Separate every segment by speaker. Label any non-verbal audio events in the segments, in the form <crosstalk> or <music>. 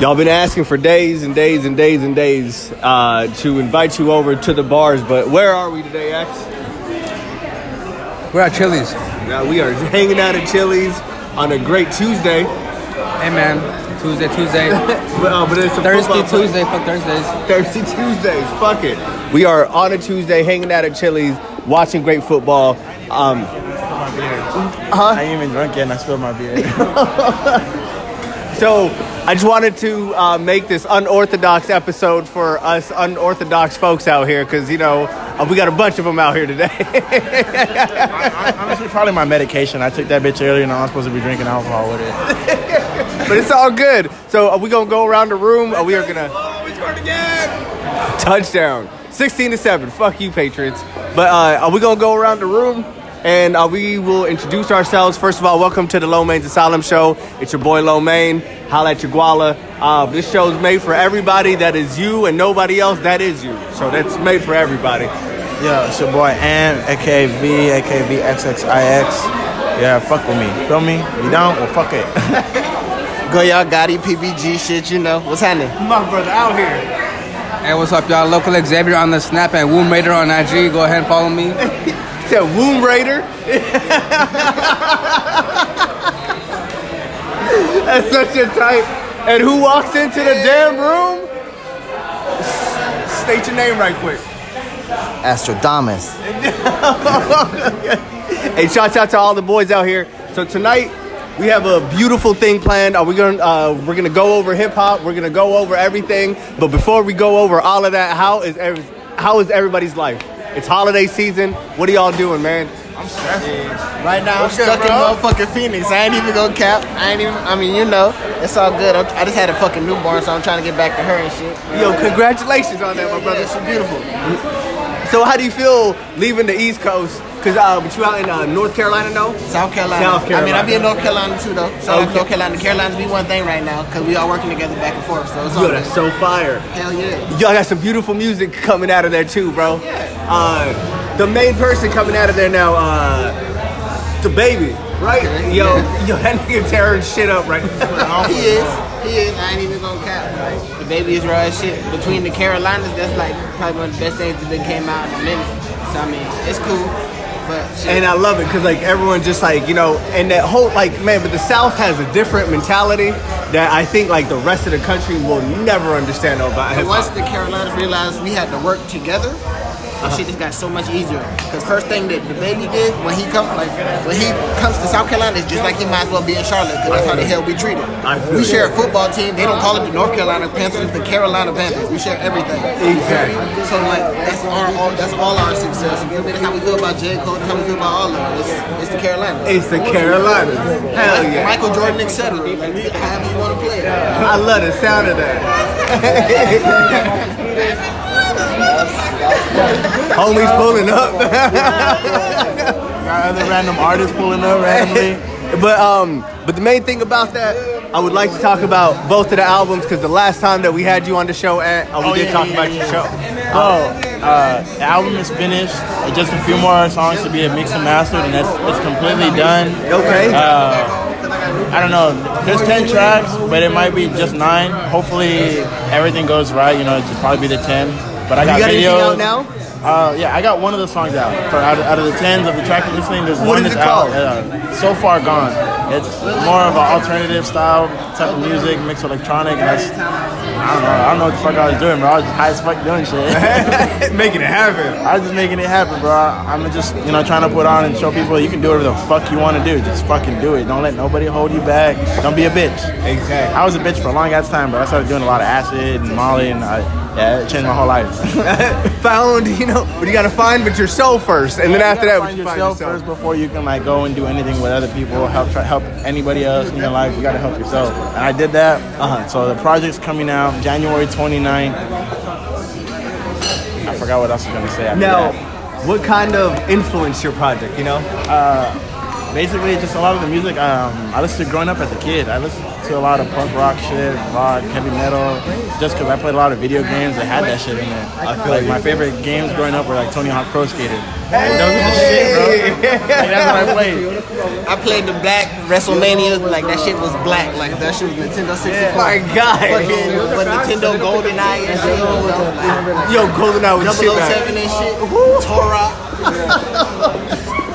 Speaker 1: Y'all been asking for days and days and days and days uh, to invite you over to the bars, but where are we today, X?
Speaker 2: We're at Chili's.
Speaker 1: Now we are <laughs> hanging out at Chili's on a great Tuesday.
Speaker 2: Hey man, Tuesday,
Speaker 3: <laughs>
Speaker 2: Tuesday,
Speaker 1: But, uh, but it's a
Speaker 2: Thursday,
Speaker 1: football-
Speaker 2: Tuesday, fuck Thursdays.
Speaker 1: <laughs> Thursday Tuesdays. Fuck it. We are on a Tuesday, hanging out at Chili's, watching great football. Um,
Speaker 4: I ain't even drunk yet and I spilled my beer.
Speaker 1: so I just wanted to uh, make this unorthodox episode for us unorthodox folks out here, because you know uh, we got a bunch of them out here today.
Speaker 4: <laughs>
Speaker 1: <laughs>
Speaker 4: Honestly, probably my medication. I took that bitch earlier and I was supposed to be drinking alcohol with it.
Speaker 1: but it's all good. So are we gonna go around the room? Or we are gonna. Touchdown, sixteen to seven. Fuck you, Patriots. But uh, are we gonna go around the room? And uh, we will introduce ourselves. First of all, welcome to the Lomain's Asylum Show. It's your boy Lomain. Holla at your guala. Uh, this show's made for everybody. That is you, and nobody else. That is you. So that's made for everybody.
Speaker 4: Yo, it's your boy Am, aka V, aka VXXIX. Yeah, fuck with me. Feel me? You don't? Well, fuck it.
Speaker 5: Go y'all Gotti PBG shit, you know. What's happening?
Speaker 1: My brother out here.
Speaker 2: Hey, what's up, y'all? Local Xavier on the snap and Womb Raider on IG. Go ahead and follow
Speaker 3: <laughs>
Speaker 2: me.
Speaker 1: Said Womb Raider. <laughs> That's such a type. And who walks into the damn room? S- State your name right quick.
Speaker 5: Astrodamus.
Speaker 1: Hey, shout out to all the boys out here. So tonight we have a beautiful thing planned. Are we gonna uh, we're gonna go over hip hop. We're gonna go over everything. But before we go over all of that, how is every, how is everybody's life? It's holiday season. What are y'all doing, man?
Speaker 5: Right now, I'm stuck in motherfucking Phoenix. I ain't even gonna cap. I ain't even, I mean, you know, it's all good. I'm, I just had a fucking newborn, so I'm trying to get back to her and shit.
Speaker 1: Yo, congratulations on that, my brother.
Speaker 5: It's beautiful.
Speaker 1: So how do you feel leaving the East Coast? Cause uh, but you out in uh, North Carolina though.
Speaker 5: South Carolina.
Speaker 1: South
Speaker 5: I mean, I be
Speaker 1: Carolina.
Speaker 5: in North Carolina too, though. So
Speaker 1: Okay.
Speaker 5: North Carolina. Carolina's be one thing right now, because we all working together back and forth, so it's all
Speaker 1: Yo,
Speaker 5: good.
Speaker 1: that's so fire.
Speaker 5: Hell yeah.
Speaker 1: Y'all got some beautiful music coming out of there too, bro. Uh, the main person coming out of there now, uh, the baby, right?
Speaker 5: Okay,
Speaker 1: Yo, yo, that nigga tearing shit up right now.
Speaker 5: He is. He is. I ain't even gonna cap. Like, the baby is raw as shit. Between the Carolinas, that's like probably one of the best things that done came out in a minute. So I mean, it's cool. But shit.
Speaker 1: and I love it because like everyone just like you know, and that whole like man, but the South has a different mentality that I think like the rest of the country will never understand about hip
Speaker 5: And once
Speaker 1: hop.
Speaker 5: the Carolinas realized we had to work together,
Speaker 1: Uh-huh.
Speaker 5: the shit just got so much easier. Cause first thing that the baby did when he come like when he comes to South Carolina, it's just like he might as well be in Charlotte, cause that's how the hell we treat
Speaker 1: I
Speaker 5: it.
Speaker 1: feel
Speaker 5: We
Speaker 1: you.
Speaker 5: share a football team. They don't call it the North Carolina Panthers, the Carolina Panthers. We share everything.
Speaker 1: Exactly.
Speaker 5: So like that's our all that's all our success. You feel me? That's how we feel about J Cole, that's how we feel about all of it. It's, it's the Carolinas.
Speaker 1: It's the Carolinas. Hell yeah.
Speaker 5: Michael Jordan, etc. Like, we- however you want to play it.
Speaker 1: I love the sound of that. <laughs> Homie's pulling up.
Speaker 4: <laughs>
Speaker 1: <laughs>
Speaker 4: Got other random artists pulling up randomly.
Speaker 1: but um, but the main thing about that, I would like to talk about both of the albums because the last time that we had you on the show, at, uh, we
Speaker 4: <laughs> Oh,
Speaker 1: did
Speaker 4: yeah,
Speaker 1: talk
Speaker 4: yeah,
Speaker 1: about
Speaker 4: yeah.
Speaker 1: your show.
Speaker 4: Oh, uh, the album is finished. Uh, Just a few more songs to be a mix and mastered, and that's it's completely done.
Speaker 1: Okay.
Speaker 4: Uh, I don't know. There's ten tracks, but it might be just nine. Hopefully, everything goes right. You know, it should probably be the ten. But I got,
Speaker 1: you got anything
Speaker 4: videos.
Speaker 1: out now?
Speaker 4: Uh, yeah, I got one of the songs out. For out, out of the tens of the track you're listening, there's
Speaker 1: What
Speaker 4: one
Speaker 1: is
Speaker 4: that's
Speaker 1: it called?
Speaker 4: out. Uh, so far gone. It's more of an alternative style type of music, mixed with electronic. And that's, I don't know. I don't know what the fuck I was doing, bro. I was just high as fuck doing
Speaker 1: <laughs>
Speaker 4: shit.
Speaker 1: Making it happen.
Speaker 4: I was just making it happen, bro. I'm just, you know, trying to put on and show people you can do whatever the fuck you want to do. Just fucking do it. Don't let nobody hold you back. Don't be a bitch.
Speaker 1: Exactly.
Speaker 4: I was a bitch for a long ass time, but I started doing a lot of acid and Molly, and I, yeah, it changed my
Speaker 1: <laughs>
Speaker 4: whole life.
Speaker 1: Found, you know, but you gotta find but yourself first, and then after
Speaker 4: You
Speaker 1: that, what
Speaker 4: gotta find
Speaker 1: you find
Speaker 4: yourself
Speaker 1: yourself.
Speaker 4: first before you can like go and do anything with other people. Help try, help anybody else in your life. You gotta help yourself. And I did that. Uh-huh. So the project's coming out January 29th. I forgot what else I was gonna say. After
Speaker 1: Now,
Speaker 4: that.
Speaker 1: what kind of influenced your project? You know,
Speaker 4: basically just a lot of the music um, I listened to growing up as a kid. I listened to a lot of punk rock shit, rock, heavy metal, just because I played a lot of video games that had that shit in there. I feel like my favorite games growing up were like Tony Hawk Pro Skater. Like, those are the shit, bro. Like, that's what I played.
Speaker 5: I played the black WrestleMania, like that shit was black, like that shit was Nintendo 64.
Speaker 1: My God.
Speaker 5: Fucking with Nintendo GoldenEye and shit, you know, like,
Speaker 1: Yo, GoldenEye was shit back.
Speaker 5: 007 and shit, Torah.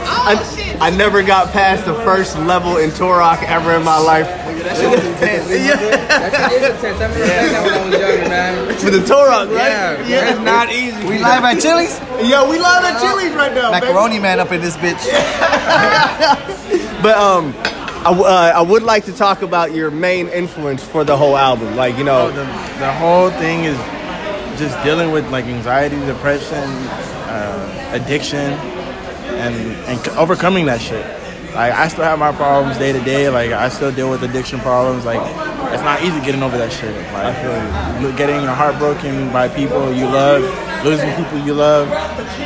Speaker 1: I, I never got past the first level in Torok ever in my life.
Speaker 5: That shit was intense.
Speaker 1: <laughs>
Speaker 2: That shit is intense. I remember playing that when I was younger, man.
Speaker 1: With the Torok,
Speaker 2: Yeah,
Speaker 1: right?
Speaker 2: man.
Speaker 1: it's not easy.
Speaker 3: We live at Chili's.
Speaker 1: Yo, we love the chilies right now. baby.
Speaker 3: Macaroni man up in this bitch.
Speaker 1: But um, I, w- uh, I would like to talk about your main influence for the whole album. Like you know,
Speaker 4: The, the whole thing is just dealing with like anxiety, depression, uh, addiction, and and c- overcoming that shit. Like I still have my problems day to day. Like I still deal with addiction problems. Like it's not easy getting over that shit. Like I feel like getting your heart broken by people you love, losing people you love,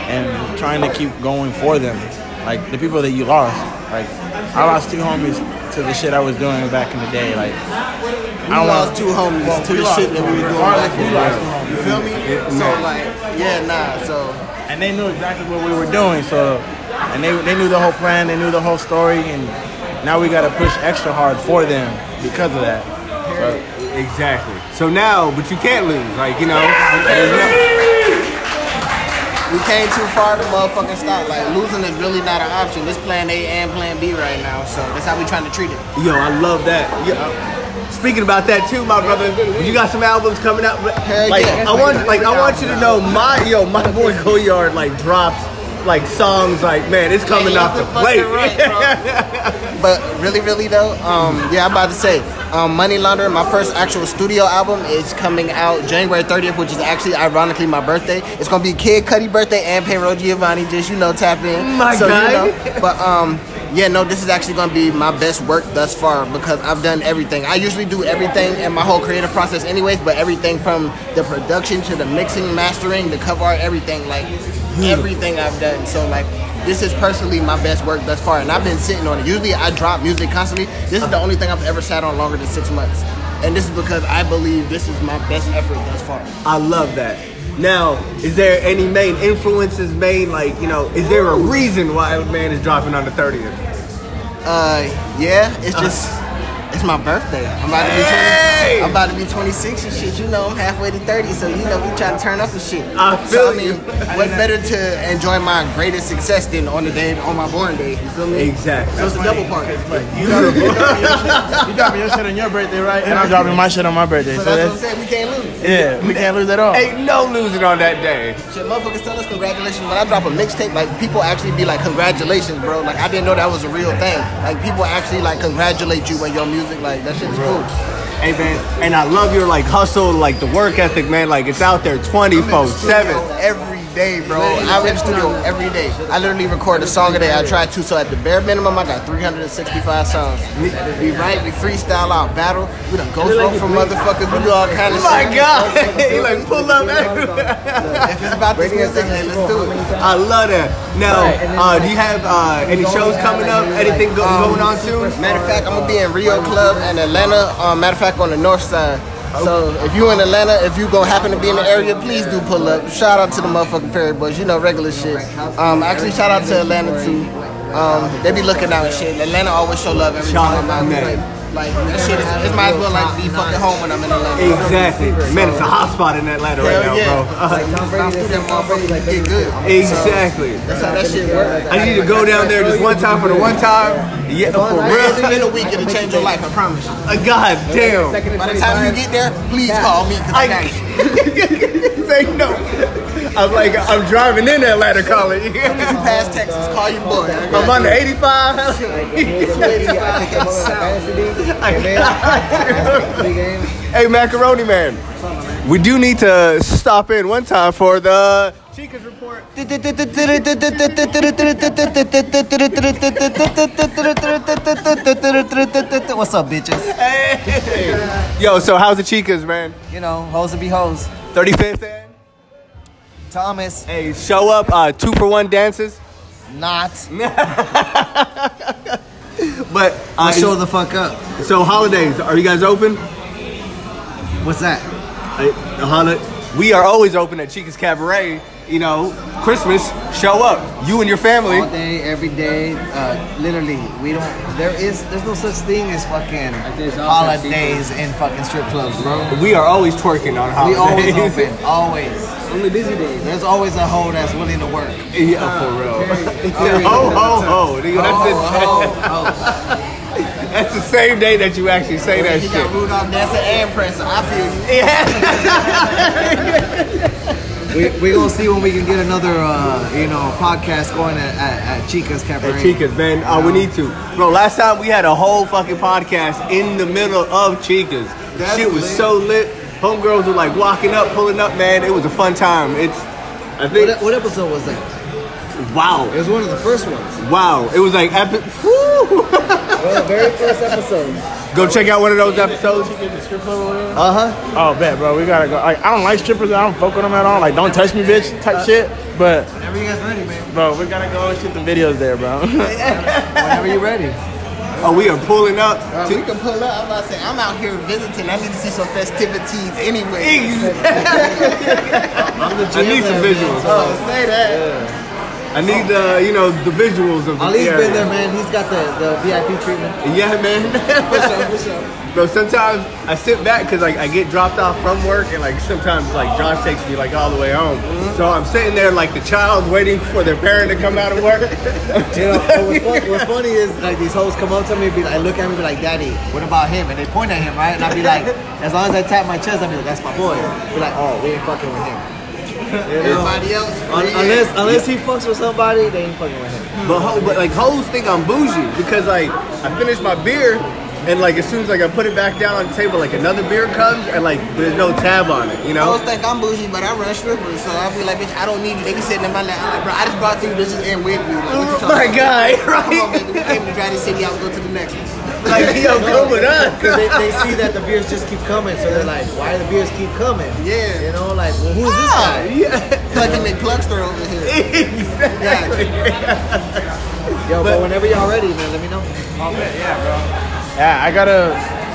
Speaker 4: and trying to keep going for them. Like the people that you lost. Like I lost two homies to the shit I was doing back in the day. Like I
Speaker 5: I
Speaker 4: don't
Speaker 5: lost
Speaker 4: want
Speaker 5: two homies
Speaker 4: Well,
Speaker 5: to
Speaker 4: we
Speaker 5: the
Speaker 4: lost
Speaker 5: shit that
Speaker 4: two
Speaker 5: we were
Speaker 4: homies.
Speaker 5: doing
Speaker 4: Harlem,
Speaker 5: back in
Speaker 4: we
Speaker 5: the
Speaker 4: lost two
Speaker 5: day.
Speaker 4: homies.
Speaker 5: You feel me? So like, yeah, nah. So
Speaker 4: and they knew exactly what we were doing. So, and they they knew the whole plan, they knew the whole story, and now we got to push extra hard for them because of that.
Speaker 1: exactly. So now, but you can't lose. Like you know,
Speaker 5: we came too far to motherfucking stop. Like losing is really not an option. This plan A and plan B right now. So that's how we trying to treat it.
Speaker 1: yo, I love that. Yo, speaking about that too, my brother. You got some albums coming out. But,
Speaker 5: Heck
Speaker 1: like
Speaker 5: yeah.
Speaker 1: I want, like I want you to know, my yo, my boy Goyard like drops like songs. Like man, it's coming
Speaker 5: Yeah,
Speaker 1: off the
Speaker 5: you're
Speaker 1: plate.
Speaker 5: fucking right, bro. but really, really though, um, yeah, I'm about to say, um, Money Laundering, my first actual studio album is coming out January 30th, which is actually ironically my birthday. It's gonna be Kid Cudi birthday and Payroll Giovanni. Just you know, tap in.
Speaker 1: My guy.
Speaker 5: but um, yeah, no, this is actually gonna be my best work thus far because I've done everything. I usually do everything in my whole creative process, anyways. But everything from the production to the mixing, mastering, the cover art, everything, like everything I've done. So like, this is personally my best work thus far, and I've been sitting on it. Usually, I drop music constantly. This is the only thing I've ever sat on longer than six months, and this is because I believe this is my best effort thus far.
Speaker 1: <laughs> I love that. Now, is there any main influences, main like you know, is there a reason why man is dropping on the thirtieth?
Speaker 5: Uh, yeah, it's just it's my birthday. I'm about to be 20,
Speaker 1: Hey!
Speaker 5: I'm about to be 26 and shit. You know, I'm halfway to 30, so you know we try to turn up and shit.
Speaker 1: I
Speaker 5: so,
Speaker 1: feel you.
Speaker 5: What better to enjoy my greatest success than on the day on my born day? You feel me?
Speaker 1: Exactly.
Speaker 5: So it's a double party.
Speaker 4: You
Speaker 1: <laughs>
Speaker 4: dropping you dropping your shit- you <laughs> dropping your shit on your birthday, right? And I'm dropping my shit on my birthday.
Speaker 5: So
Speaker 4: So
Speaker 5: that's what I'm
Speaker 4: that's
Speaker 5: saying. We can't lose.
Speaker 4: yeah, we can't lose at all.
Speaker 1: Ain't no losing on that day.
Speaker 5: Shit, motherfuckers tell us congratulations. When I drop a mixtape, like people actually be like, congratulations, bro. Like I didn't know that was a real thing. Like people actually like congratulate you when your music like that shit is cool.
Speaker 1: Hey man, and I love your like hustle, like the work ethic, man. Like it's out there twenty four seven.
Speaker 5: every day, bro. I'm in the studio every day. I literally record a song a day. I try to, so at the bare minimum, I got 365 songs. We, we write, we freestyle out, battle. We done ghost roll for motherfuckers. We do all kind of
Speaker 1: Oh My
Speaker 5: shit.
Speaker 1: God, <laughs> he like pull up everywhere.
Speaker 5: If it's about this music, hey, let's do it.
Speaker 1: I love that. Now, uh, do you have uh, any shows coming up? Anything go- going on soon?
Speaker 5: Matter of fact, I'm gonna be in Rio Club in Atlanta. Uh, matter of fact, on the north side. So if you in Atlanta, if you gonna happen to be in the area, please do pull up. Shout out to the motherfucking Perry Boys, you know regular shit. Um, actually, shout out to Atlanta too. Um, they be looking out and shit. Atlanta always show love every
Speaker 1: Shout
Speaker 5: time I'm
Speaker 1: out,
Speaker 5: out there.
Speaker 1: man.
Speaker 5: Like that shit, is, it might as well like be fucking home when I'm in Atlanta.
Speaker 1: Exactly. Man, it's a hot spot in Atlanta right
Speaker 5: Hell
Speaker 1: now, bro. Uh,
Speaker 5: yeah! Like, come down through them motherfuckers, get good.
Speaker 1: Exactly.
Speaker 5: That's how that shit works.
Speaker 1: I need to go down there just one time for the one time. Yeah, for
Speaker 5: It's
Speaker 1: real.
Speaker 5: been a week, it'll change your life. I promise you.
Speaker 1: <laughs> Uh, God damn.
Speaker 5: By the time you get there, please call me. 'cause I
Speaker 1: I
Speaker 5: got you.
Speaker 1: <laughs> say no. I'm like, I'm driving in Atlanta calling.
Speaker 5: If you pass Texas, call your
Speaker 1: <laughs>
Speaker 5: boy.
Speaker 1: I'm on the 85.
Speaker 5: <laughs>
Speaker 1: Hey, Macaroni Man. We do need to stop in one time for the Chica's report.
Speaker 3: What's up, bitches?
Speaker 1: Yo, so how's the Chicas, man?
Speaker 3: You know, hoes to be hoes.
Speaker 1: 35th and?
Speaker 3: Thomas,
Speaker 1: Hey, show up. Uh, two for one dances.
Speaker 3: Not.
Speaker 1: But uh,
Speaker 3: I show the fuck up.
Speaker 1: so holidays, are you guys open?
Speaker 3: What's that?
Speaker 1: Uh, the holi- we are always open at Chica's Cabaret. You know, Christmas, show up. You and your family.
Speaker 3: All day, every day. Uh, literally, we don't. There is. There's no such thing as fucking
Speaker 2: think it's all
Speaker 3: holidays in fucking strip clubs, <laughs> bro.
Speaker 1: We are always twerking on
Speaker 3: We
Speaker 1: holidays.
Speaker 3: always open. Always.
Speaker 2: Only busy days.
Speaker 3: There's always a hoe that's willing to work.
Speaker 1: <laughs> yeah, for real. He said,
Speaker 3: Always.
Speaker 1: <laughs> ho, ho, ho. Nigga, that's,
Speaker 3: Oh, Ho,
Speaker 1: the-
Speaker 3: <laughs> ho, ho.
Speaker 1: that's the same day that you actually say that
Speaker 5: He got
Speaker 1: shit.
Speaker 5: Rudolph Dancer and Presser. I feel you.
Speaker 3: we we gonna see when we can get another uh, you know podcast going at, at, at Chica's Cabaret.
Speaker 1: At Chica's, man. Uh, we need to. Bro, last time we had a whole fucking podcast in the middle of Chica's.
Speaker 3: That's
Speaker 1: Shit was
Speaker 3: lit.
Speaker 1: so lit. Homegirls were like walking up, pulling up, man. It was a fun time. It's, I think,
Speaker 3: What, what episode was that? It
Speaker 1: wow.
Speaker 3: was one of the first ones.
Speaker 1: Wow. It was like epic. <laughs> Woo!
Speaker 3: One of the very first episodes.
Speaker 1: Go check out one of those episodes.
Speaker 3: Uh huh.
Speaker 4: Oh, bet, bro. We gotta go. Like, I don't like strippers. I don't fuck with them at all. Like, don't touch me, bitch, type shit. But,
Speaker 3: Whenever you guys ready, man.
Speaker 4: bro, we gotta go and shoot the videos there, bro. <laughs>
Speaker 3: Whenever you ready.
Speaker 1: Oh, we are pulling up.
Speaker 5: Uh, we can pull up. I'm about to say, I'm out here visiting. I need to see some festivities anyway.
Speaker 1: I need some visuals.
Speaker 5: Oh, say that.
Speaker 1: I need the, you know, the visuals of the
Speaker 3: Ali's
Speaker 1: area.
Speaker 3: been there, man. He's got the, the VIP treatment.
Speaker 1: Yeah, man.
Speaker 3: For sure, for sure.
Speaker 1: Bro, sometimes I sit back because like I get dropped off from work, and like sometimes like Josh takes me like all the way home. So I'm sitting there like the child waiting for their parent to come out of work.
Speaker 3: You know, but oh, what's, fun, what's funny is like these hoes come up to me, and be like, look at me, be like, Daddy, what about him? And they point at him, right? And I be like, as long as I tap my chest, I be like, that's my boy. Be like, oh, we ain't fucking with him.
Speaker 5: Everybody else.
Speaker 3: Un-
Speaker 5: free.
Speaker 3: Unless unless he fucks with somebody, they ain't fucking with him.
Speaker 1: but ho- but like hoes think I'm bougie because like I finish my beer, and like as soon as like I put it back down on the table, like another beer comes, and like there's no tab on it, you
Speaker 5: I
Speaker 1: know.
Speaker 5: don't think I'm bougie, but I run strippers, so I'll be like, bitch, I don't need you. They be sitting in my lap. I'm like, bro, I just brought three bitches in with me. Like, what you
Speaker 1: Oh
Speaker 5: talking
Speaker 1: <laughs> my
Speaker 5: about?
Speaker 1: guy,
Speaker 5: Come on,
Speaker 1: right?
Speaker 5: baby. We came to Dry City. I'll go to the next one.
Speaker 1: Like
Speaker 3: <laughs>
Speaker 1: yo, come with
Speaker 3: Because <laughs>
Speaker 1: us.
Speaker 3: they, they see that the beers just keep coming, so they're like, why do the beers keep coming?
Speaker 5: Yeah.
Speaker 3: You know, like, well, who's this
Speaker 5: Ah,
Speaker 3: guy?
Speaker 1: <laughs> Yeah,
Speaker 5: Plugging McPlugster over here.
Speaker 1: exactly.
Speaker 3: Yo, but, whenever y'all ready, man, let me know.
Speaker 4: yeah, I gotta.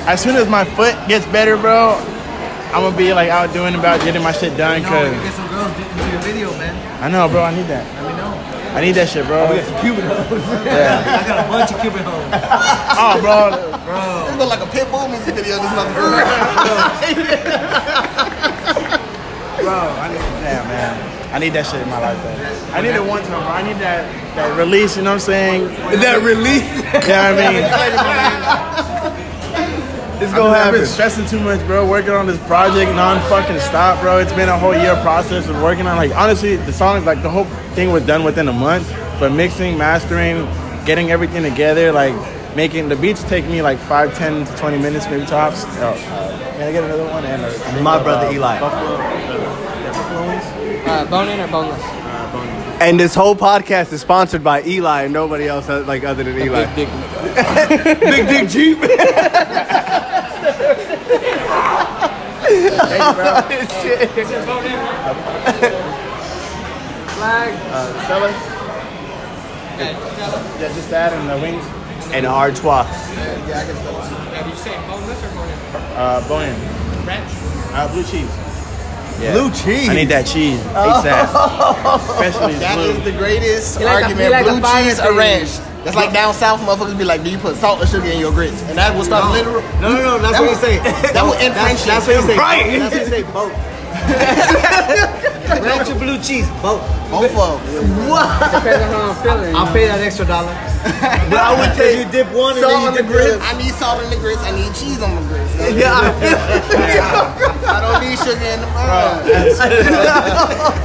Speaker 4: As soon as my foot gets better, bro, I'm gonna be like out doing about getting my shit done. Cause
Speaker 3: get some girls into your video, man.
Speaker 4: I know, bro, I need that.
Speaker 3: Let me know.
Speaker 4: I need that shit, bro.
Speaker 3: I got a bunch of Cuban hoes.
Speaker 4: Oh, bro.
Speaker 5: This look like a pit bull music video. This motherfucker. <laughs>
Speaker 4: Bro, I need that, man. I need that shit in my life, though. I need it one time, bro. I need that, that release, you know what I'm saying? You know
Speaker 1: That release
Speaker 4: what I mean?
Speaker 1: is
Speaker 4: I've
Speaker 1: gonna
Speaker 4: been- I've been
Speaker 1: happen.
Speaker 4: stressing too much, bro. Working on this project non fucking stop, bro. It's been a whole year process of working on. Like honestly, the songs, like the whole thing was done within a month. But mixing, mastering, getting everything together, like making the beats take me like five, ten to twenty minutes, maybe tops. Oh, uh, can I get another one? And uh,
Speaker 1: My brother Eli.
Speaker 6: Uh, bone in or boneless?
Speaker 1: And this whole podcast is sponsored by Eli and nobody else uh, like other than Eli.
Speaker 6: Big
Speaker 1: <laughs>
Speaker 6: dick.
Speaker 1: Big Dick Jeep.
Speaker 3: <laughs>
Speaker 1: Shit.
Speaker 4: uh, Stella. Yeah, just that and the wings.
Speaker 1: And Artois.
Speaker 6: Now, did you say boneless or bone in?
Speaker 4: Uh, bone.
Speaker 6: Ranch?
Speaker 4: Uh, blue cheese. Yeah.
Speaker 1: Blue cheese.
Speaker 4: I need that cheese ASAP. Especially
Speaker 5: That
Speaker 4: blue.
Speaker 5: is the greatest
Speaker 6: like a-
Speaker 5: argument.
Speaker 6: he like a
Speaker 5: Blue
Speaker 6: fire
Speaker 5: cheese or
Speaker 6: thing.
Speaker 5: ranch. That's like down south, motherfuckers be like, do you put salt or sugar in your grits? And that will start literal.
Speaker 3: No, no, no, that's
Speaker 5: That
Speaker 3: what you
Speaker 5: was-
Speaker 3: say.
Speaker 5: <laughs> that was in
Speaker 3: that's,
Speaker 5: friendship.
Speaker 3: that's what you say.
Speaker 1: Right.
Speaker 3: That's what you say,
Speaker 5: <laughs>
Speaker 3: both. Ranch or blue cheese, both.
Speaker 5: Both of them.
Speaker 6: Depends on how I'm feeling.
Speaker 3: <laughs> I'll pay that extra dollar.
Speaker 1: But I would
Speaker 3: Because
Speaker 1: take
Speaker 3: you dip one and
Speaker 1: salt
Speaker 3: then you
Speaker 1: on the
Speaker 3: dip the other.
Speaker 1: grits.
Speaker 5: I need salt in the grits. I need cheese on my
Speaker 3: <laughs>
Speaker 5: grits. That's-
Speaker 1: Yeah, <laughs> I
Speaker 5: I don't need sugar in the burger.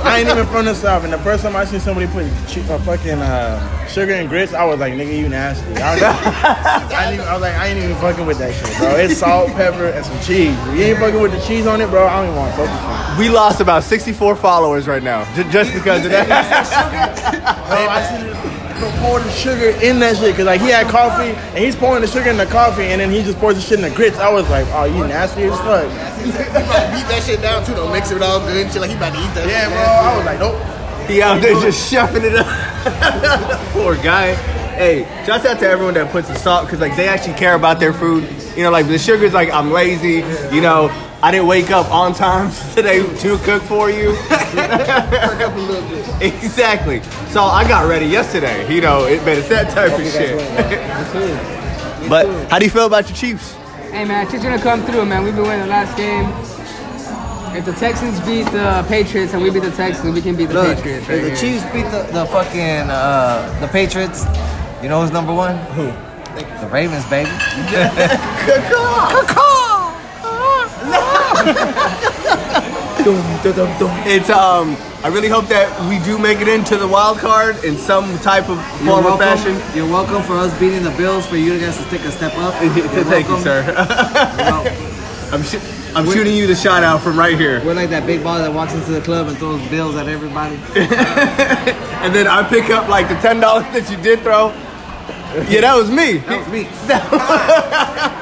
Speaker 4: I ain't even from the south, and the first time I seen somebody put che- uh, fucking uh, sugar and grits, I was like, "Nigga, you nasty." I was, <laughs> I, ain't even, I was like, "I ain't even fucking with that shit, bro. It's salt, pepper, and some cheese. If you ain't fucking with the cheese on it, bro. I don't even want to fuck with you."
Speaker 1: feel- we lost about 64 followers right now ju- just because of
Speaker 3: <laughs>
Speaker 1: that.
Speaker 4: Bro, Oh, I seen him pour the sugar in that shit because like he had coffee and he's pouring the sugar in the coffee and then he just pours the shit in the grits. I was like, "Oh, you nasty as fuck."
Speaker 5: He about to beat that shit down too. Don't mix it all good. and Shit like he about to eat that.
Speaker 4: Yeah,
Speaker 5: shit,
Speaker 4: bro.
Speaker 5: man.
Speaker 4: I was like, "Nope."
Speaker 1: He out there just chefing it up. <laughs> Poor guy. Hey, shouts out to everyone that puts the salt because like they actually care about their food. You know, like the sugar's like I'm lazy. You know, I didn't wake up on time <laughs> today to cook for you. <laughs> exactly. So I got ready yesterday. You know, it, but it's that type of <laughs> shit. but how do you feel about your Chiefs?
Speaker 6: Hey man, she's gonna come through, man. We've been winning the last game. If the Texans beat the Patriots and we beat the Texans, we can beat the
Speaker 3: Look,
Speaker 6: Patriots.
Speaker 3: if
Speaker 6: Right
Speaker 3: the
Speaker 6: here.
Speaker 3: Chiefs beat the, the fucking uh, the Patriots, you know who's number one? Who? The Ravens, baby.
Speaker 1: It's um. I really hope that we do make it into the wild card in some type of form or fashion.
Speaker 3: You're welcome for us beating the Bills for you guys to take a step <laughs> up. You're
Speaker 1: Thank you,
Speaker 3: welcome.
Speaker 1: sir.
Speaker 3: Well,
Speaker 1: I'm, shoo- I'm shooting you the shot out from right here. <laughs>
Speaker 3: we're like that big ball that walks into the club and throws bills at everybody.
Speaker 1: And then I pick up like the $10 that you did throw. Yeah, that was me. <laughs>
Speaker 3: That was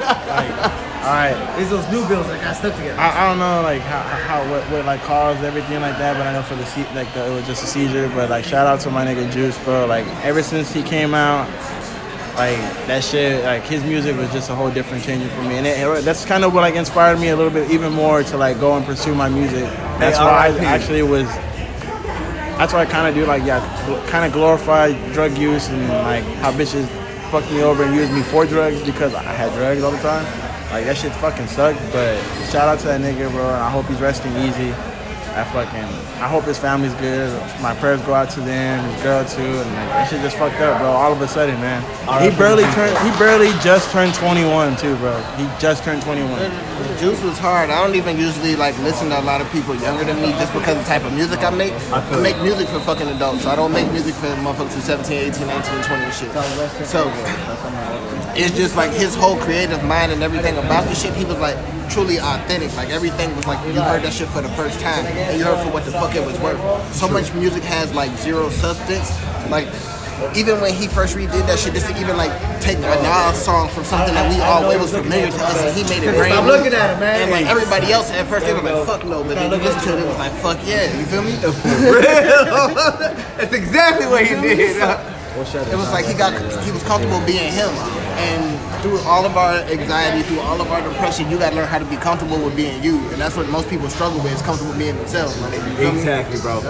Speaker 3: me.
Speaker 4: All right.
Speaker 3: It's those new bills that got stuck together.
Speaker 4: I, I don't know like how, how what, what like caused everything like that, but I know for the se- like the, it was just a seizure. But like shout out to my nigga Juice, bro. Like ever since he came out, like that shit, like his music was just a whole different changer for me, and it, it- that's kind of what like inspired me a little bit even more to like go and pursue my music. That's
Speaker 1: Hey,
Speaker 4: why I
Speaker 1: R.I.P..
Speaker 4: actually was. That's why I kind of do like yeah, kind of glorify drug use and like how bitches fucked me over and used me for drugs because I had drugs all the time. Like that shit fucking sucked. But shout out to that nigga, bro. And I hope he's resting easy. I fucking I hope his family's good. My prayers go out to them, his girl too, and like, that shit just fucked up, bro. All of a sudden, man. He barely turned. He barely just turned 21 too, bro. He just turned 21.
Speaker 5: Juice was hard. I don't even usually like listen to a lot of people younger than me just because of the type of music I make. I, make music for fucking adults. So I don't make music for motherfuckers who 17, 18, 19, 20 and shit. So it's just like his whole creative mind and everything about the shit, he was like truly authentic. Like everything was like you heard that shit for the first time and you heard for what the fuck it was worth. So much music has like zero substance. Like even when he first redid that shit, just to even like take a Nas song from something that we all it was familiar to us, and he made it brand
Speaker 3: Stop
Speaker 5: new.
Speaker 3: looking at him, man.
Speaker 5: And like everybody else at first, they were like, "Fuck no," but then you listen to it, it was like, "Fuck yeah," you feel me?
Speaker 1: That's exactly what he did.
Speaker 5: It was like he got he was comfortable being him, and through all of our anxiety, through all of our depression, you got to learn how to be comfortable with being you, and that's what most people struggle with is comfortable being themselves. My nigga, you feel me?
Speaker 1: Exactly, bro.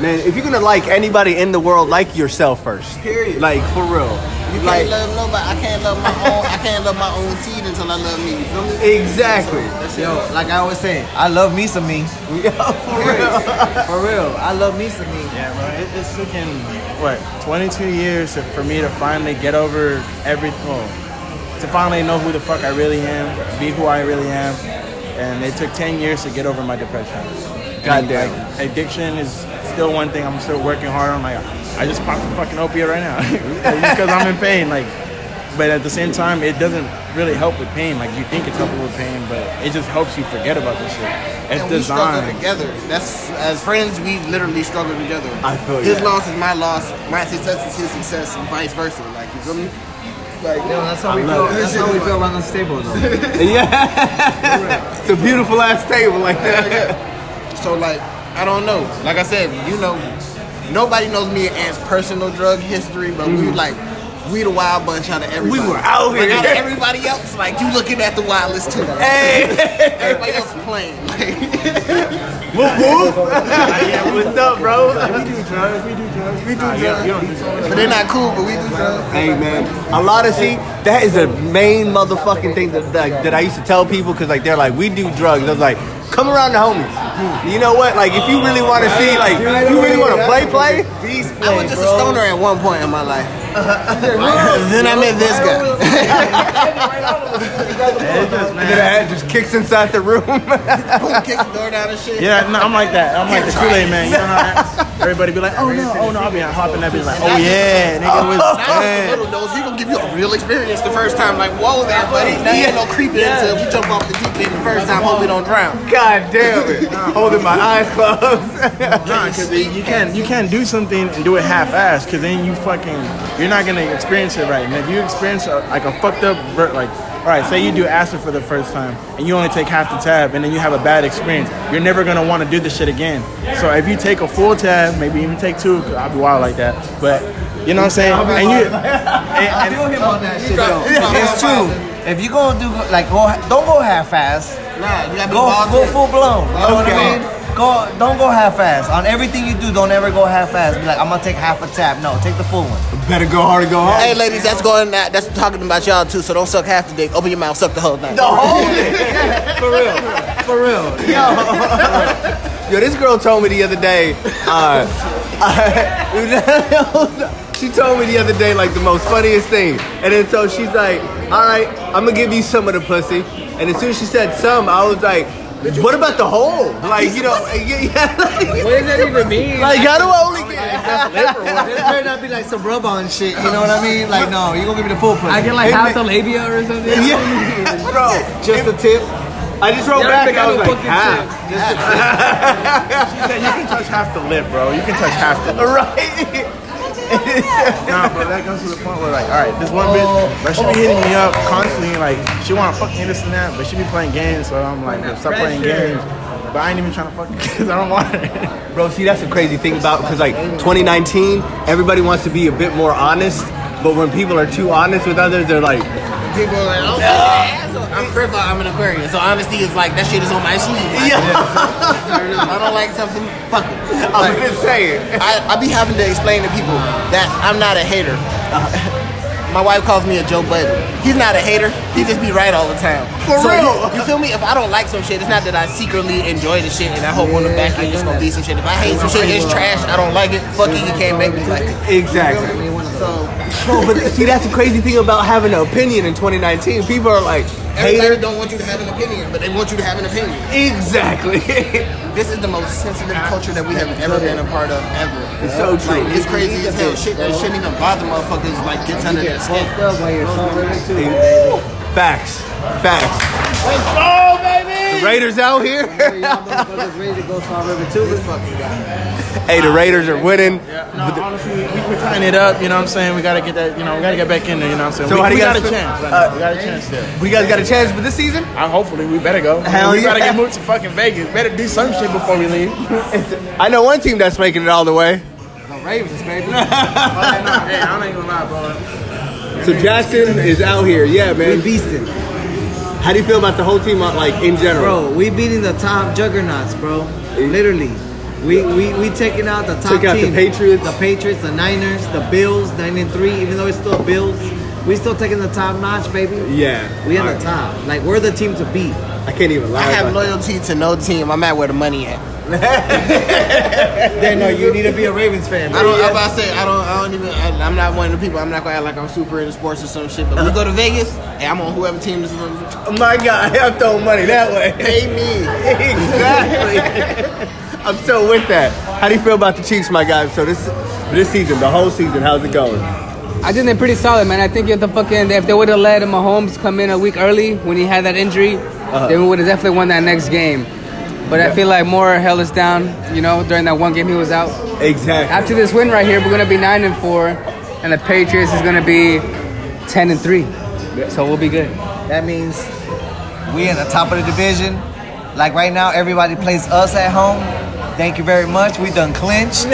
Speaker 1: Man, if you're gonna like anybody in the world, like yourself first. Period. Like for real.
Speaker 5: You
Speaker 1: like
Speaker 5: can't love nobody. I can't love my own. I can't love my own seed until I love me. You feel me?
Speaker 1: exactly.
Speaker 3: Yo, like I always say, I love me some me.
Speaker 1: <laughs> Yeah, for real.
Speaker 3: For real, I love me some me.
Speaker 4: Yeah, bro. It, it's taken what 22 years to- for me to finally get over every well, to finally know who the fuck I really am, be who I really am, and it took 10 years to get over my depression. And,
Speaker 1: Goddamn.
Speaker 4: like, addiction is still one thing I'm still working hard on. Like, I just popped a fucking opiate right now <laughs> because I'm in pain. Like, but at the same time, it doesn't really help with pain. Like, you think it's helping with pain, but it just helps you forget about this shit. It's
Speaker 5: and we struggle
Speaker 4: designed.
Speaker 5: together. That's as friends, we literally struggle together.
Speaker 1: I feel
Speaker 5: his
Speaker 1: ya.
Speaker 5: loss is my loss, my success is his success, and vice versa. Like you feel me? Like
Speaker 3: Yo, that's how we feel. That's how we feel around this table, <laughs>
Speaker 1: <laughs>
Speaker 3: though.
Speaker 1: yeah. it's a beautiful ass table like that.
Speaker 5: so, like I don't know. Like I said, you know, nobody knows me as personal drug history, but we like. We the wild bunch out of everybody.
Speaker 1: Mm. were out
Speaker 5: Like,
Speaker 1: here.
Speaker 5: out of everybody else, like you looking at the wildest
Speaker 1: <laughs>
Speaker 5: too.
Speaker 1: Hey,
Speaker 5: Everybody else playing. Like,
Speaker 1: whoop <laughs> whoop. What's up, bro?
Speaker 5: we do drugs, but they're not cool. But we do drugs.
Speaker 1: Hey man, a lot of see that is the main motherfucking thing that that, that I used to tell people because like they're like we do drugs. I was like, come around the homies. You know what? Like if you really want to see, like if you really want to play, play.
Speaker 5: I was just a stoner at one point in my life.
Speaker 1: Uh-huh.
Speaker 5: then I met this guy.
Speaker 1: And then I had just kicks inside the <laughs> room. Oh,
Speaker 5: Boom, kicked the door down and shit.
Speaker 4: Yeah, no, I'm like that. I'm like the Kool Aid man. You know how <laughs> I- everybody be like, oh no, oh no. I'll be hopping that bitch like, oh yeah, nigga was.
Speaker 1: Oh,
Speaker 5: Now
Speaker 4: bad."
Speaker 5: you little knows he gonna give you a real experience the first time. Like, whoa there, buddy. Now you ain't gonna creep it until we jump off the deep end the first time. Hope we don't drown.
Speaker 1: God damn it! Holding my eyes closed.
Speaker 4: Nah, 'cause then you can't you can't do something and do it half assed because then you fucking you're not gonna experience it right. And if you experience a, like a uh, fucked up ver- like all right, say you do acid for the first time and you only take half the tab and then you have a bad experience, you're never gonna want to do this shit again. So if you take a full tab, maybe even take two, 'cause I'll be wild like that. But you know what I'm saying? And you, and, and,
Speaker 3: him on that shit though. It's true. If you gonna do like go, don't go half ass.
Speaker 5: Nah, you gotta be
Speaker 3: Go
Speaker 5: balls
Speaker 3: go
Speaker 5: in.
Speaker 3: full blown. You know what I
Speaker 5: Okay.
Speaker 3: mean? Go don't go half ass on everything you do. Don't ever go half ass. Be like I'm gonna take half a tap. No, take the full one.
Speaker 1: Better go hard or go home.
Speaker 5: Hey, ladies, that's going. That, that's talking about y'all too. So don't suck half the dick. Open your mouth, suck the whole thing.
Speaker 1: <laughs>
Speaker 3: For real.
Speaker 1: Yo, this girl told me the other day. Uh, <laughs> she told me the other day like the most funniest thing, and then so she's like, "All right, I'm gonna give you some of the pussy." And as soon as she said some, I was like, "What about the whole? Like, you know, <laughs> yeah, yeah, <laughs> like,
Speaker 6: What does that even mean?
Speaker 1: like how do I only get?"
Speaker 3: It better not be like some rub on shit. You know what I mean? Like no, you gonna give me the full pussy.
Speaker 6: I get like half the labia or something.
Speaker 1: yeah, <laughs> bro.
Speaker 3: just the tip.
Speaker 1: I just rolled
Speaker 6: Y'all
Speaker 1: back.
Speaker 6: think
Speaker 1: and I
Speaker 6: I
Speaker 1: was
Speaker 6: know
Speaker 1: like,
Speaker 6: fucking
Speaker 1: half.
Speaker 4: <laughs> you can touch half the lip, bro. You can touch half the lip.
Speaker 1: <laughs> right?
Speaker 4: Nah, bro, that goes to the point where like, all right, this one bitch, like, she be hitting me up constantly, like, she want to fuck me this and that, but she be playing games, so I'm like, stop playing games. But I ain't even trying to <laughs> fuck because I don't want it.
Speaker 1: Bro, see, that's the crazy thing about because like 2019, everybody wants to be a bit more honest, but when people are too honest with others, they're like,
Speaker 5: People are like, oh, asshole. I'm first of all, I'm an Aquarius, so honesty is like that shit is on my sleeve. Like, <laughs> I don't like something. Fuck it.
Speaker 1: I was
Speaker 5: Like,
Speaker 1: just saying.
Speaker 5: I, I be having to explain to people that I'm not a hater. <laughs> My wife calls me a Joe Budden. He's not a hater. He just be right all the time.
Speaker 1: For
Speaker 5: So
Speaker 1: real.
Speaker 5: You, you feel me? If I don't like some shit, it's not that I secretly enjoy the shit and I hope on the back end it's gonna be some shit. If I hate some shit, it's trash. I don't like it. Fuck it. You can't make me like it.
Speaker 1: Exactly. Bro, but see, that's the crazy thing about having an opinion in 2019. People are like,
Speaker 5: Everybody
Speaker 1: hater.
Speaker 5: don't want you to have an opinion, but they want you to have an opinion.
Speaker 1: Exactly. <laughs>
Speaker 5: This is the most sensitive culture that we have ever been a part of ever.
Speaker 1: It's so true.
Speaker 5: Like, it's crazy as hell. Shit that shouldn't even bother motherfuckers like gets under their skin.
Speaker 1: Facts. Facts.
Speaker 5: Oh baby!
Speaker 1: The Raiders out here. <laughs>
Speaker 3: ready to go Saw River too. This fucking guy.
Speaker 1: hey, the Raiders are winning.
Speaker 4: No, honestly, we, we're tying it up. You know what I'm saying? We gotta get that. You know, we gotta get back in there. You know what I'm saying?
Speaker 1: So
Speaker 4: we,
Speaker 1: how do
Speaker 4: we
Speaker 1: you
Speaker 4: got a
Speaker 1: guys feel-
Speaker 4: chance. Right
Speaker 1: uh,
Speaker 4: now. We got a chance there.
Speaker 1: We guys got a chance for this season.
Speaker 4: I, hopefully, we better go.
Speaker 1: Hell
Speaker 4: we gotta
Speaker 1: yeah.
Speaker 4: get moved to fucking Vegas. Better do some shit before we <laughs> leave.
Speaker 1: I know one team that's making it all the way.
Speaker 3: Ravens,
Speaker 1: <laughs>
Speaker 3: baby.
Speaker 4: hey, I ain't gonna lie, bro.
Speaker 1: So Jackson is out here. Yeah,
Speaker 3: We
Speaker 1: man.
Speaker 3: beasting.
Speaker 1: How do you feel about the whole team, uh, like in general?
Speaker 3: Bro, we beating the top juggernauts, bro. Literally. We, we we taking out the top
Speaker 1: Took out the
Speaker 3: team.
Speaker 1: Patriots.
Speaker 3: The Patriots, the Niners, the Bills, nine and three, even though it's still Bills. We still taking the top notch, baby.
Speaker 1: Yeah.
Speaker 3: We at the top. Like we're the team to beat.
Speaker 1: I can't even lie.
Speaker 5: I have
Speaker 1: about
Speaker 5: loyalty to no team. I'm at where the money at.
Speaker 3: They know you need to be a Ravens fan.
Speaker 5: I don't. I'm about to say I don't. I don't even. I, I'm not one of the people. I'm not gonna act like I'm super into sports or some shit. But we go to Vegas, and I'm on whoever team this is.
Speaker 1: that. Oh My God, <laughs> I'm throwing money that way.
Speaker 5: Pay me.
Speaker 1: exactly. I'm so with that. How do you feel about the Chiefs, my guy? So this this season, the whole season, how's it going?
Speaker 6: I think they're pretty solid, man. I think if the fucking if they would have let Mahomes come in a week early when he had that injury,
Speaker 3: Uh-huh.
Speaker 6: then we would have definitely won that next game. But I feel like more held us down, you know, during that one game he was out.
Speaker 1: Exactly.
Speaker 6: After this win right here, we're gonna be nine and four, and the Patriots is gonna be ten and three. So we'll be good.
Speaker 3: That means we at the top of the division. Like right now, everybody plays us at home. Thank you very much. We done <laughs> clinched.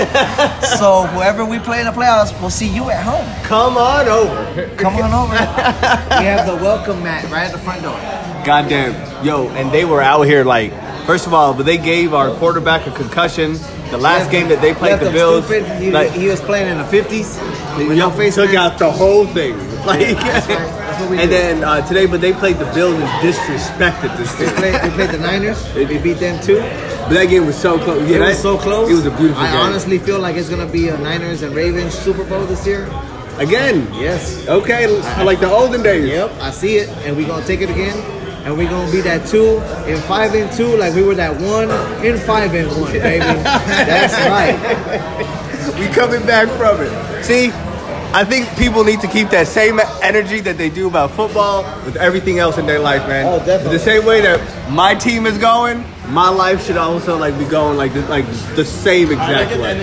Speaker 3: so whoever we play in the playoffs, we'll see you at home.
Speaker 1: Come on over.
Speaker 3: Come on over. we have the welcome mat right at the front door.
Speaker 1: Goddamn, yo, and they were out here like. First of all, but they gave our quarterback a concussion. The last game that they played
Speaker 3: Left
Speaker 1: the
Speaker 3: him
Speaker 1: Bills,
Speaker 3: stupid. He,
Speaker 1: like,
Speaker 3: he was playing in the fifties with no
Speaker 1: Y'all
Speaker 3: face
Speaker 1: took
Speaker 3: mask.
Speaker 1: out the whole thing. <laughs> Like,
Speaker 3: that's right. That's what we
Speaker 1: and
Speaker 3: do.
Speaker 1: then uh, today, but they played the Bills and disrespected this
Speaker 3: We
Speaker 1: thing.
Speaker 3: played, we played the Niners. We beat them too.
Speaker 1: But that game was so close. Yeah,
Speaker 3: it was
Speaker 1: that-
Speaker 3: so close.
Speaker 1: It was a beautiful
Speaker 3: I
Speaker 1: game.
Speaker 3: honestly feel like it's gonna be a Niners and Ravens Super Bowl this year.
Speaker 1: Again,
Speaker 3: Yes.
Speaker 1: okay, like the olden days.
Speaker 3: Yep, I see it, and we gonna take it again, and we gonna be that two and five and two, like we were that one and five and one,
Speaker 1: <laughs>
Speaker 3: baby. That's right.
Speaker 1: We coming back from it. See, I think people need to keep that same energy that they do about football with everything else in their life, man.
Speaker 3: Oh, definitely.
Speaker 1: The same way that my team is going, my life should also like be going like the, like the same exact way.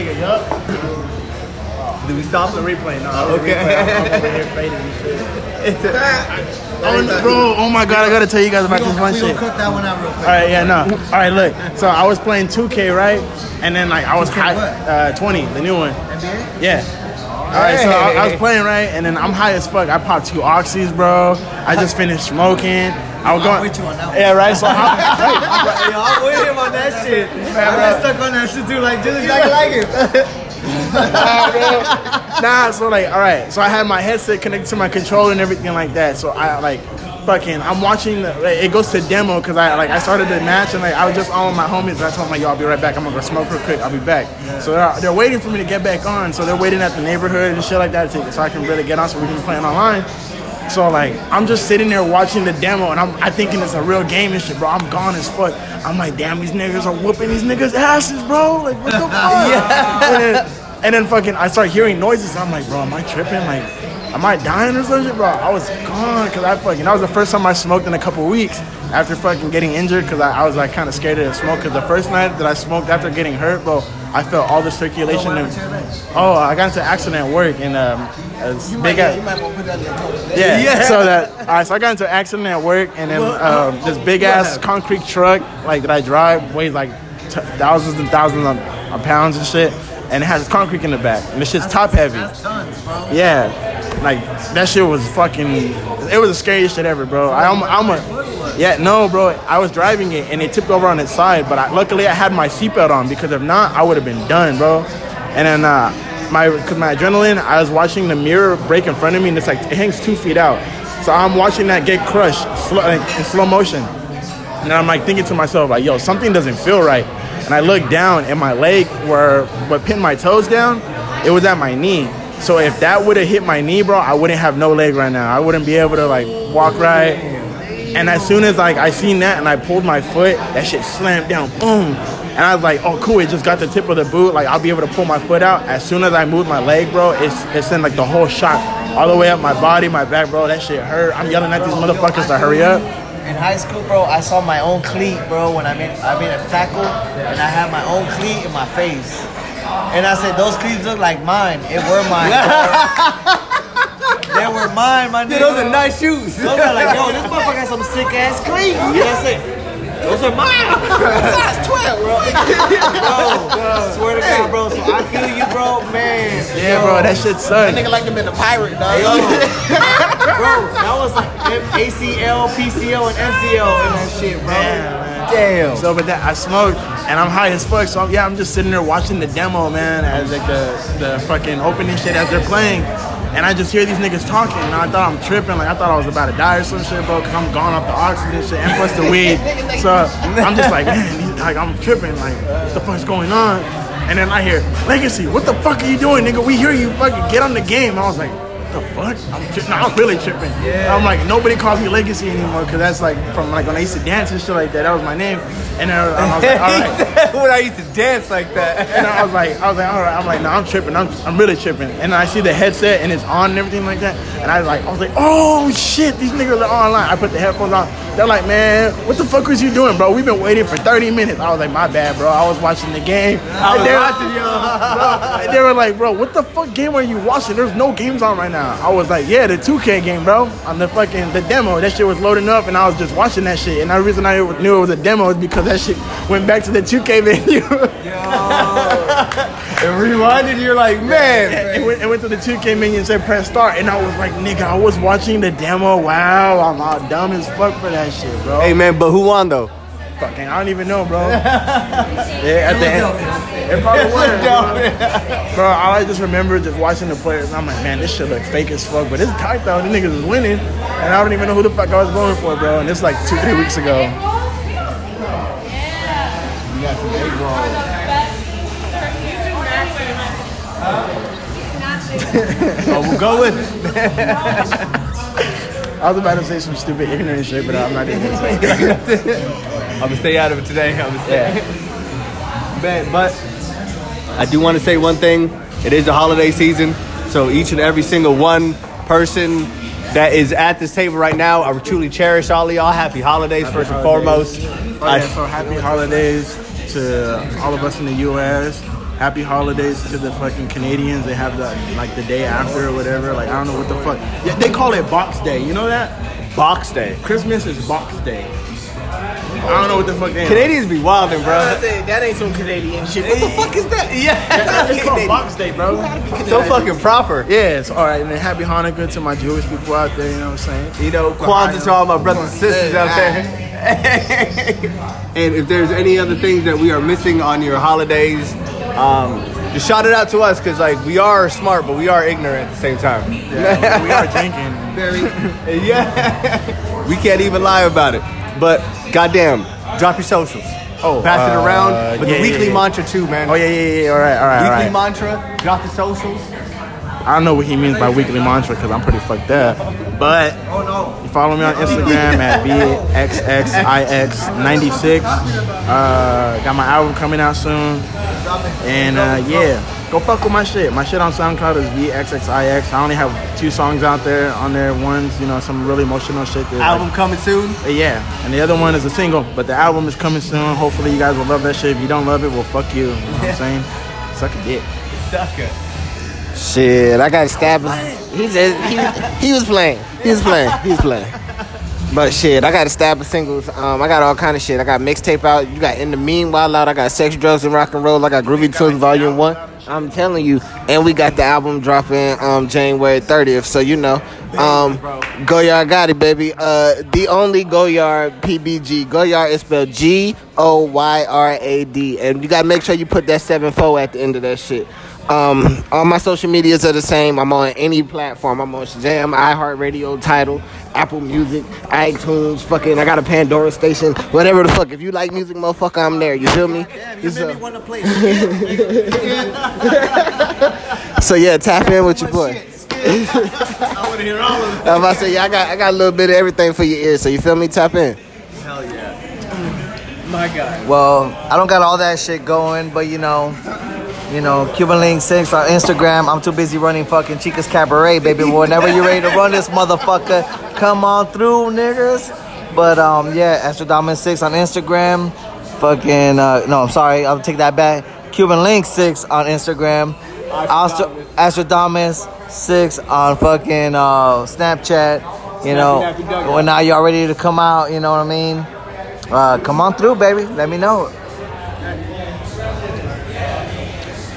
Speaker 1: Did we stop
Speaker 7: The
Speaker 1: him?
Speaker 7: replay, no.
Speaker 1: Okay.
Speaker 7: I'm over
Speaker 1: <laughs>
Speaker 7: here fading and shit. Oh, no, bro, oh my god, I gotta tell you guys about this one
Speaker 3: We
Speaker 7: shit.
Speaker 3: gonna cut that one out real
Speaker 7: All
Speaker 3: quick.
Speaker 7: right, yeah, no. All right, look. So I was playing 2K, right? And then like I was
Speaker 3: 2K
Speaker 7: high,
Speaker 3: what?
Speaker 7: uh, 20, the new one.
Speaker 3: NBA?
Speaker 7: Yeah. All right, so I, I was playing right, and then I'm high as fuck. I popped two oxys, bro. I just finished smoking. I was going.
Speaker 3: with you on that one.
Speaker 7: Yeah, right.
Speaker 3: <laughs>
Speaker 7: So I'm,
Speaker 3: Yo, I'm with him on that shit. I'm not stuck on that shit too. Like, just like, like it.
Speaker 7: nah, so like, all right. So I had my headset connected to my controller and everything like that. So I like, fucking, I'm watching. The, like, it goes to demo because I like I started the match and like I was just on with my homies. And I told them like, y'all be right back. I'm gonna go smoke real quick. I'll be back. So they're, they're waiting for me to get back on. So they're waiting at the neighborhood and shit like that to, so I can really get on so we can be playing online. So like I'm just sitting there watching the demo and I'm I thinking it's a real game and shit, bro. I'm gone as fuck. I'm like, damn, these niggas are whooping these niggas asses, bro.
Speaker 3: <laughs>
Speaker 7: Like what the fuck? and, then, and then fucking I start hearing noises. I'm like, bro, am I tripping? Like, am I dying or something, bro? I was gone because I fucking that was the first time I smoked in a couple weeks after fucking getting injured because I, I was like kind of scared to smoke because the first night that I smoked after getting hurt, bro, I felt all the circulation. and- Oh, I got into an accident at work and um, a big. ass-
Speaker 3: You might want to put that in your pocket.
Speaker 7: yeah. So that all right. So I got into an accident at work, and then um, this big ass concrete truck like that I drive weighs like t- thousands and thousands of, of pounds and shit, and it has concrete in the back, and it's just top heavy.
Speaker 3: That's tons, bro.
Speaker 7: Yeah. Like that shit was fucking. It was the scariest shit ever, bro. I almost, I almost, yeah, no, bro. I was driving it and it tipped over on its side, but I, luckily I had my seatbelt on because if not, I would have been done, bro. And then uh, my, cause my adrenaline, I was watching the mirror break in front of me and it's like it hangs two feet out, so I'm watching that get crushed slow, like, in slow motion. And I'm like thinking to myself, like, yo, something doesn't feel right. And I look down and my leg where what pinned my toes down, it was at my knee. So if that would have hit my knee, bro, I wouldn't have no leg right now. I wouldn't be able to like walk right. And as soon as like I seen that and I pulled my foot, that shit slammed down, boom. And I was like, oh cool, it just got the tip of the boot. Like I'll be able to pull my foot out. As soon as I moved my leg, bro, it's it sent like the whole shock all the way up my body, my back, bro. That shit hurt. I'm yelling at these motherfuckers to hurry up.
Speaker 3: In high school, bro, I saw my own cleat, bro, when I made I made a tackle and I had my own cleat in my face. And I said, those cleats look like mine. It were mine. they were mine, my nigga.
Speaker 1: <laughs> Those are nice
Speaker 6: <laughs>
Speaker 1: shoes.
Speaker 3: Those are like, yo, this motherfucker has some sick ass cleats. And I said, those are mine. Size 12, bro. bro, swear to God, bro. So I feel you, bro, man.
Speaker 7: Yeah, bro, that shit sucks.
Speaker 8: Nigga like them in the pirate, dog. <laughs>
Speaker 3: Yo, bro, that was like ACL, PCL, and MCL in that shit, bro.
Speaker 1: Damn.
Speaker 7: So, but that I smoked and I'm high as fuck. So I'm, yeah, I'm just sitting there watching the demo, man, as like the the fucking opening shit as they're playing, and I just hear these niggas talking, and I thought I'm tripping, like I thought I was about to die or some shit, bro, because I'm gone off the oxygen shit and plus the weed. so I'm just like, man, these- like I'm tripping, like what the fuck's going on? And then I hear Legacy, what the fuck are you doing, nigga? We hear you fucking get on the game. And I was like. "What The fuck? I'm, tri- no, I'm really tripping. I'm like nobody calls me Legacy anymore because that's like from like when I used to dance and shit like that. That was my name. And then I was like, all right.
Speaker 1: when I used to dance like that.
Speaker 7: And I was like, I was like, all right. I'm like, no, I'm tripping. I'm, I'm really tripping. And I see the headset and it's on and everything like that. And I was like, I was like, oh shit, these niggas are online. I put the headphones on. They're like, man, what the fuck was you doing, bro? We've been waiting for 30 minutes. I was like, my bad, bro. I was watching the game. I was watching <laughs> y'all. They were like, bro, what the fuck game are you watching? There's no games on right now. I was like, yeah, the 2K game, bro. On the fucking the demo, that shit was loading up, and I was just watching that shit. And the reason I knew it was a demo is because that shit went back to the <laughs> 2K menu.
Speaker 1: It reminded you, you're like, man.
Speaker 7: it went, it went to the 2K menu and said press start, and I was like, nigga, I was watching the demo. Wow, I'm all dumb as fuck for that shit, bro.
Speaker 1: Hey, man, but who won, though?
Speaker 7: fucking, I don't even know, bro. yeah, at the end, it probably was, bro. bro. All I just remember just watching the players, and I'm like, man, this shit look fake as fuck, but it's tight though. These niggas is winning, and I don't even know who the fuck I was going for, bro. And it's like two, three weeks ago.
Speaker 1: Oh, we'll go with it.
Speaker 7: <laughs> I was about to say some stupid ignorant shit, but I'm not even gonna say. it.
Speaker 1: I'm going to stay out of it today. I'm going to stay Man, <laughs> but I do want to say one thing. It is the holiday season, so each and every single one person that is at this table right now, I truly cherish all of y'all. Happy holidays, first
Speaker 4: Oh,
Speaker 1: and foremost.
Speaker 7: Oh, yeah, so happy holidays to all of us in the U.S.
Speaker 4: happy holidays to the fucking Canadians. They have the like the day after or whatever. Like I don't know what the fuck. Yeah, they call it Box Day. You know that?
Speaker 1: Box Day.
Speaker 4: Christmas is Box Day. I don't know what the fuck they.
Speaker 1: Canadians be wilding, bro.
Speaker 5: that ain't some Canadian shit. What the fuck is that?
Speaker 1: Yeah,
Speaker 4: It's called Box Day, bro.
Speaker 1: so fucking proper.
Speaker 4: Yeah, it's all right. And then happy Hanukkah to my Jewish people out there. You know what I'm saying?
Speaker 1: You know, Kwanzaa to all my brothers and sisters out there. and if there's any other things that we are missing on your holidays, um, just shout it out to us because like we are smart, but we are ignorant at the same time.
Speaker 4: Yeah, we are drinking.
Speaker 1: <laughs> Yeah, we can't even lie about it. But goddamn, drop your socials.
Speaker 4: Oh,
Speaker 1: pass it
Speaker 4: uh,
Speaker 1: around. But the
Speaker 4: yeah, yeah,
Speaker 1: weekly
Speaker 4: yeah.
Speaker 1: mantra too, man.
Speaker 4: Oh yeah, yeah, yeah. All right, all right, all
Speaker 1: Weekly
Speaker 4: right.
Speaker 1: mantra, drop the socials.
Speaker 4: I don't know what he means by weekly mantra because I'm pretty fucked up. But you follow me on Instagram at VXXIX96. Uh, got my album coming out soon. And uh, yeah, go fuck with my shit. My shit on SoundCloud is VXXIX. I only have two songs out there. On there, one's, you know, some really emotional shit. that, like,
Speaker 1: Album coming soon.
Speaker 4: yeah, and the other one is a single, but the album is coming soon. Hopefully, you guys will love that shit. If you don't love it, well, fuck you. You know what I'm saying? Suck a dick.
Speaker 5: Shit, I got stabbed. He said he, he was playing. He was playing. He was playing. But shit, I got a stab of singles. Um, I got all kind of shit. I got mixtape out. You got in the mean wild out. I got sex, drugs, and rock and roll. I got groovy tunes volume one. I'm telling you, and we got the album dropping um, January 30th. So you know, um, Goyard got it, baby. Uh, the only Goyard PBG. Goyard is spelled G O Y R A D, and you gotta make sure you put that seven four at the end of that shit. Um, all my social medias are the same. I'm on any platform. I'm on Jam, iHeartRadio, Title, Apple Music, iTunes, fucking. I got a Pandora station, whatever the fuck. If you like music, motherfucker, I'm there. You feel me? It's, uh, <laughs> so yeah, tap in with your boy. <laughs> I want to hear all of it. I'm about to say, yeah, I got, I got a little bit of everything for your ears. So you feel me? Tap in.
Speaker 3: Well, I don't got all that shit going, but you know, you know, Cuban Link Six on Instagram. I'm too busy running fucking Chica's Cabaret, baby. Whenever you're ready to run this motherfucker, come on through, niggas. But um, yeah, Astrodomin Six on Instagram. Fucking uh, no, I'm sorry, I'll take that back. Cuban Link Six on Instagram. Astro- Astrodomus Six on fucking uh, Snapchat. You know, well now y'all ready to come out. You know what I mean? Uh, come on through, baby. Let me know.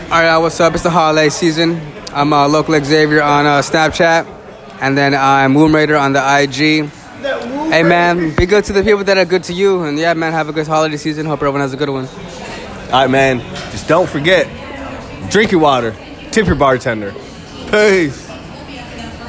Speaker 6: All right, what's up? It's the holiday season. I'm uh, local Xavier on uh, Snapchat, and then I'm Womb Raider on the IG. Hey man, be good to the people that are good to you, and yeah, man, have a good holiday season. Hope everyone has a good one.
Speaker 1: All right, man. Just don't forget, drink your water, tip your bartender. Peace.